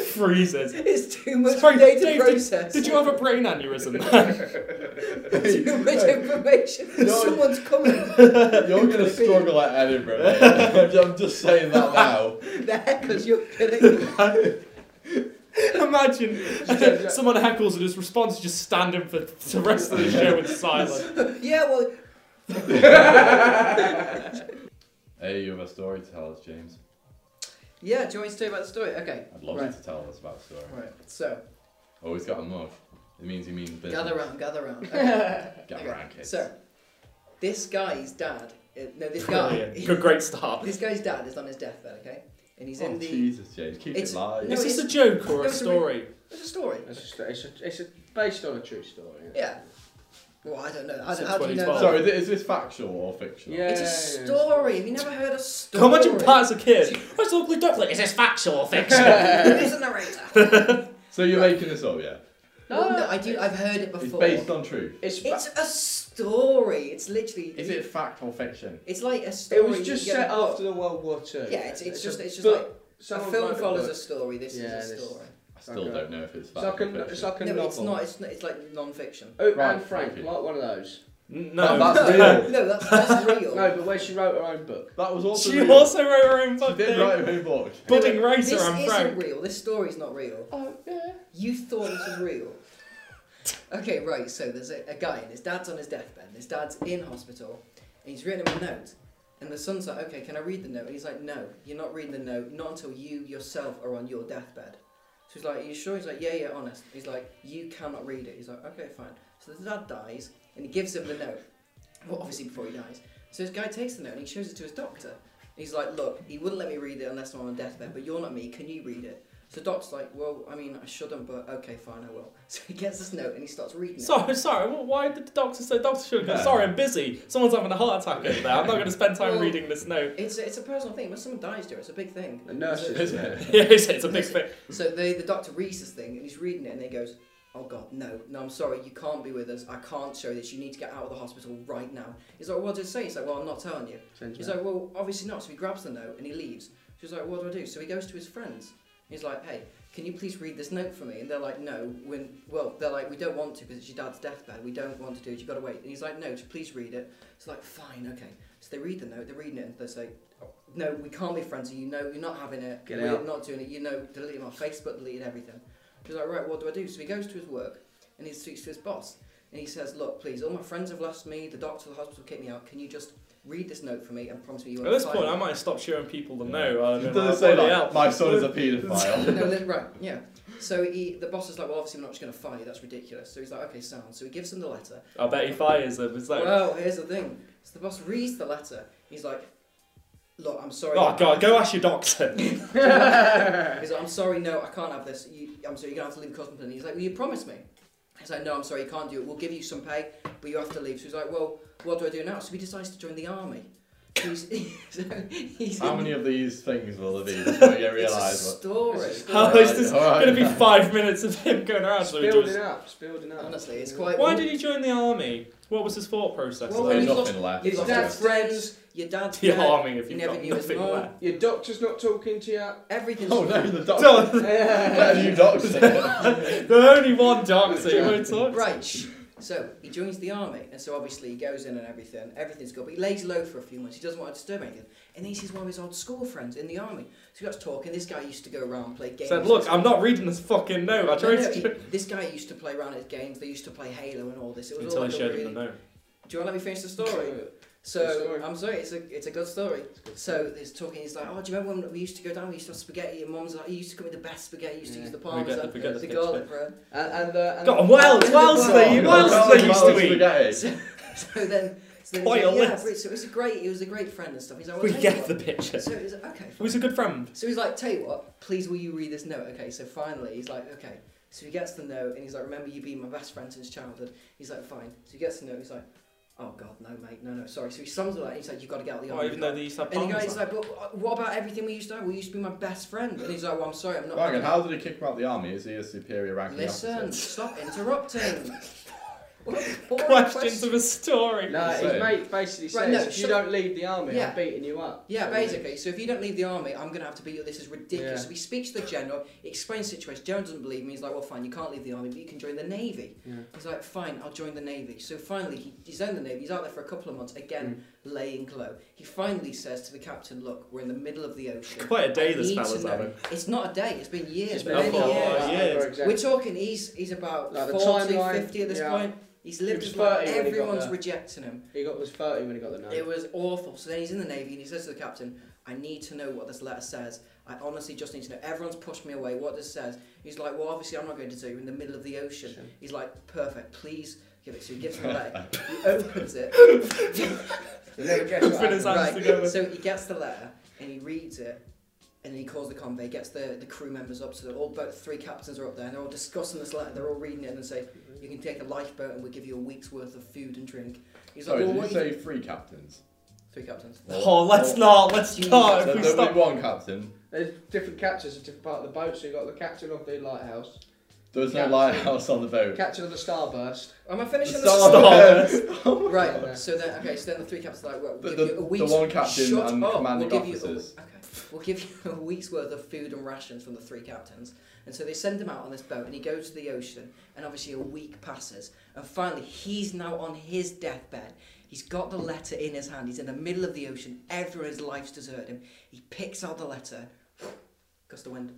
Freezes. It's too much Sorry, data Dave, process. Did you have a brain aneurysm? <laughs> there? too much information? No. Someone's coming. You're gonna struggle at Edinburgh. mate. I'm just saying that now. there because you're kidding. Imagine <laughs> someone heckles and his response is just standing for the rest of the show in silence. yeah, well, Hey, you have a story to tell us, James. yeah. Do you want me to tell you about the story? Okay. I'd love Right. you to tell us about the story. Right. So Oh, he's got a mug. It means he means business. gather round, <laughs> gather round. Okay. Gather Okay, round, kids. So this guy's dad. uh, <laughs> No, this Oh, guy. Brilliant. Good, great start. <laughs> This guy's dad is on his deathbed. Okay, and he's oh, in the. Jesus, James, keep It's- it live. No, Is this it's- a joke or no, a it's a re- story? It's a story. It's, just, it's, a, it's a, based on a true story. Yeah. Well, I don't know. I Since don't, how do you know? 2012. that? Sorry, is thi- is this factual or fictional? Yeah. It's a story. Have you never heard a story? How much in Pat as a kid? Where's the ugly duckling? Is this factual or fiction? Who's a <laughs> narrator? So you're making this up, yeah? no, no, I do. I've heard it It's before. based on truth. It's, ba- It's a story. It's literally. Is it fact or fiction? It's like a story. it was you just get set a book. after the World War Two. Yeah, it's, it's just it's just book. like Someone a film wrote follows book. a story. This Yeah, is a this- story. I still Okay. don't know if it's It's fact like or a, fiction. it's like a No, novel. it's not. It's not, it's <laughs> like non-fiction. Oh, Right, Anne Frank, thank you. like one of those. No, No, that's no, real. no, that's, that's real. No, but where she wrote her own book. That was also She real. also wrote her own She book. did Dave. write her own book. <laughs> Budding this racer, I'm isn't Frank. real. This story's not real. Oh yeah. You thought this was real. Okay, right. So there's a, a guy, and his dad's on his deathbed. and His dad's in hospital, and he's written him a note. And the son's like, "Okay, can I read the note?" And he's like, "No, you're not reading the note. Not until you yourself are on your deathbed." So he's like, "Are you sure?" He's like, "Yeah, yeah, honest." He's like, "You cannot read it." He's like, "Okay, fine." So the dad dies, and he gives him the note. Well, obviously before he dies. So this guy takes the note and he shows it to his doctor. And he's like, "Look, he wouldn't let me read it unless I'm on deathbed. But you're not me. Can you read it?" So the doctor's like, "Well, I mean, I shouldn't, but okay, fine, I will." <laughs> So he gets this note and he starts reading it. Sorry, sorry. wh- Why did the doctor say doctor should have gone? Yeah. Sorry, I'm busy. Someone's having a heart attack over there. I'm not going to spend time Well- reading this note. <laughs> It's a, it's a personal thing. When someone dies, Joe, it's a big thing. The nurses. Is it? Yeah, it's, it's a big thing. So they, the doctor reads this thing and he's reading it and he goes, Oh God, no, no, I'm sorry, you can't be with us. I can't show this. You need to get out of the hospital right now. He's like, What did it say? He's like, Well, I'm not telling you. Change He's that. like, Well, obviously not. So he grabs the note and he leaves. She's like, What do I do? So he goes to his friends He's like, hey, can you please read this note for me? And they're like, no. When well, they're like, we don't want to because it's your dad's deathbed. We don't want to do it. You have got to wait. And he's like, no, just please read it. It's like, fine, okay. So they read the note. They're reading it, and they say, no, we can't be friends. You know, you're not having it. Get We're out. not doing it. You know, delete him on Facebook, deleted everything. He's like, right, what do I do? So he goes to his work and he speaks to his boss and he says, look, please, all my friends have left me. The doctor, the hospital kicked me out. Can you just read this note for me and promise me you won't At this sign point, it?" <laughs> I might stop showing people the Yeah. no. I It don't doesn't say like, out. my son is a <laughs> paedophile. no, li- right, yeah. So he, the boss is like, well, obviously, we're not just going to fire you. That's ridiculous. So he's like, okay, sound. So he gives him the letter. I bet he fires them. It's like, well, here's the thing. So the boss reads the letter. He's like, look, I'm sorry. oh god, go ask your <laughs> doctor. <laughs> He's like, I'm sorry, no, I can't have this. You, I'm sorry, you're going to have to leave the company. He's like, well, you promised me. He's like, no, I'm sorry, you can't do it. We'll give you some pay, but you have to leave. So he's like, well, what do I do now? So he decides to join the army. He's, <laughs> so he's How in- many of these things will there be before you it's a realise what? story. It's a story. How is this Alright. going to be five minutes of him going around? It's So he building just, up. It's building up. Honestly, it's quite. why did he join the army? What was his thought process? Well, there? <laughs> There's he's lost- nothing left. His Your dad's dad's friends, your dad's the dead, army, if you you've never got knew his nothing mom. left. Your doctor's not talking to <laughs> you. everything's Oh no, the <laughs> So, doctor. <laughs> Where have you <laughs> doctor? the only one doctor you won't talk. to. Right. shh. So he joins the army, and so obviously he goes in and everything. Everything's good, but he lays low for a few months. He doesn't want to disturb anything. And then he sees one of his old school friends in the army. So he got to talking. This guy used to go around and play games. Said, look, I'm not reading this fucking note. I No, tried no, <laughs> to. he- this guy used to play around at games. They used to play Halo and all this. It was Until all I like a showed really- him the note. Do you want to let me finish the story? Good So story. I'm sorry, it's a it's a good story. So he's talking. He's like, oh, do you remember when we used to go down? We used to have spaghetti. And mum's like, you used to cook me the best spaghetti. You used to Yeah. use the Forget the- parmesan, forget the the picture. garlic bread. And and, uh, and God, what else? What else do they, what else do they used Well, to eat? spaghetti. So, <laughs> <laughs> so then, so then Quite he's like, a yeah, list. but it's- it was a great, it was a great friend and stuff. He's like, well, We tell you get what. the picture. So he's like, okay. He was a good friend. So he's like, tell you what, please will you read this note? Okay, so finally he's like, okay. So he gets the note and he's like, remember you being my best friend since childhood. He's like, fine. So he gets the note. He's like, oh god, no mate, no no, sorry. So he sums it up. and He's like, you've got to get out of the Oh, army. even though they used to have and the bombs guy's on. like, but uh, what about everything we used to have? We used to be my best friend. And he's like, well, I'm sorry, I'm not. Hang on, how did he kick him out the army? Is he a superior ranking Listen, officer? stop <laughs> interrupting. What a boring questions question. of a story. No, So- his mate basically says, Right, no, if you so- don't leave the army, Yeah. I'm beating you up. Yeah, So- basically. So if you don't leave the army, I'm going to have to beat you. This is ridiculous. Yeah. So he speaks to the general, he explains the situation. General doesn't believe me. He's like, well, fine, you can't leave the army, but you can join the navy. Yeah. He's like, fine, I'll join the navy. So finally, he, he's in the navy. He's out there for a couple of months, again, laying low. He finally says to the captain, look, we're in the middle of the ocean. Quite a day I this need to fella's know- having. It's not a day. It's been years, It's been many a up lot. for years. like, years. for example. We're talking. He's he's about Like the 40, timeline, 50 at this yeah. point. He's He lived was his 30 life. when he got Everyone's there. rejecting him. He got was 30 when he got the note. It was awful. So then he's in the navy and he says to the captain, "I need to know what this letter says. I honestly just need to know. Everyone's pushed me away. What this says." He's like, "Well, obviously I'm not going to do. You're in the middle of the ocean." Sure. He's like, "Perfect. Please give it." So he gives him <laughs> the letter. he opens it. You'll <laughs> never guess what Put happened. his hands right. together. So he gets the letter and he reads it. And he calls the convoy, gets the, the crew members up, so they're all but three captains are up there, and they're all discussing this letter. They're all reading it and say, "You can take a lifeboat, and we'll give you a week's worth of food and drink." He's like, Sorry, "Well, did what you do you say three captains? three captains?" <laughs> Oh, let's not. Let's Jesus. not. There's If we only stop. one captain. There's different captures of different part of the boat, so you got the captain of the lighthouse, There was no Captain. lighthouse on the boat. captain of the starburst. Am I finishing Stop. the Stop. <laughs> Right. Yeah. So then, okay. So then the three captains are like, well, The- we'll the- give you a the week's one captain Shut and up. commanding we'll give officers. You a, okay. We'll give you a week's worth of food and rations from the three captains, and so they send him out on this boat, and he goes to the ocean, and obviously a week passes, and finally he's now on his deathbed. He's got the letter in his hand. He's in the <sighs> middle of the ocean. Everyone's life's deserted him. He picks out the letter. Gust of wind.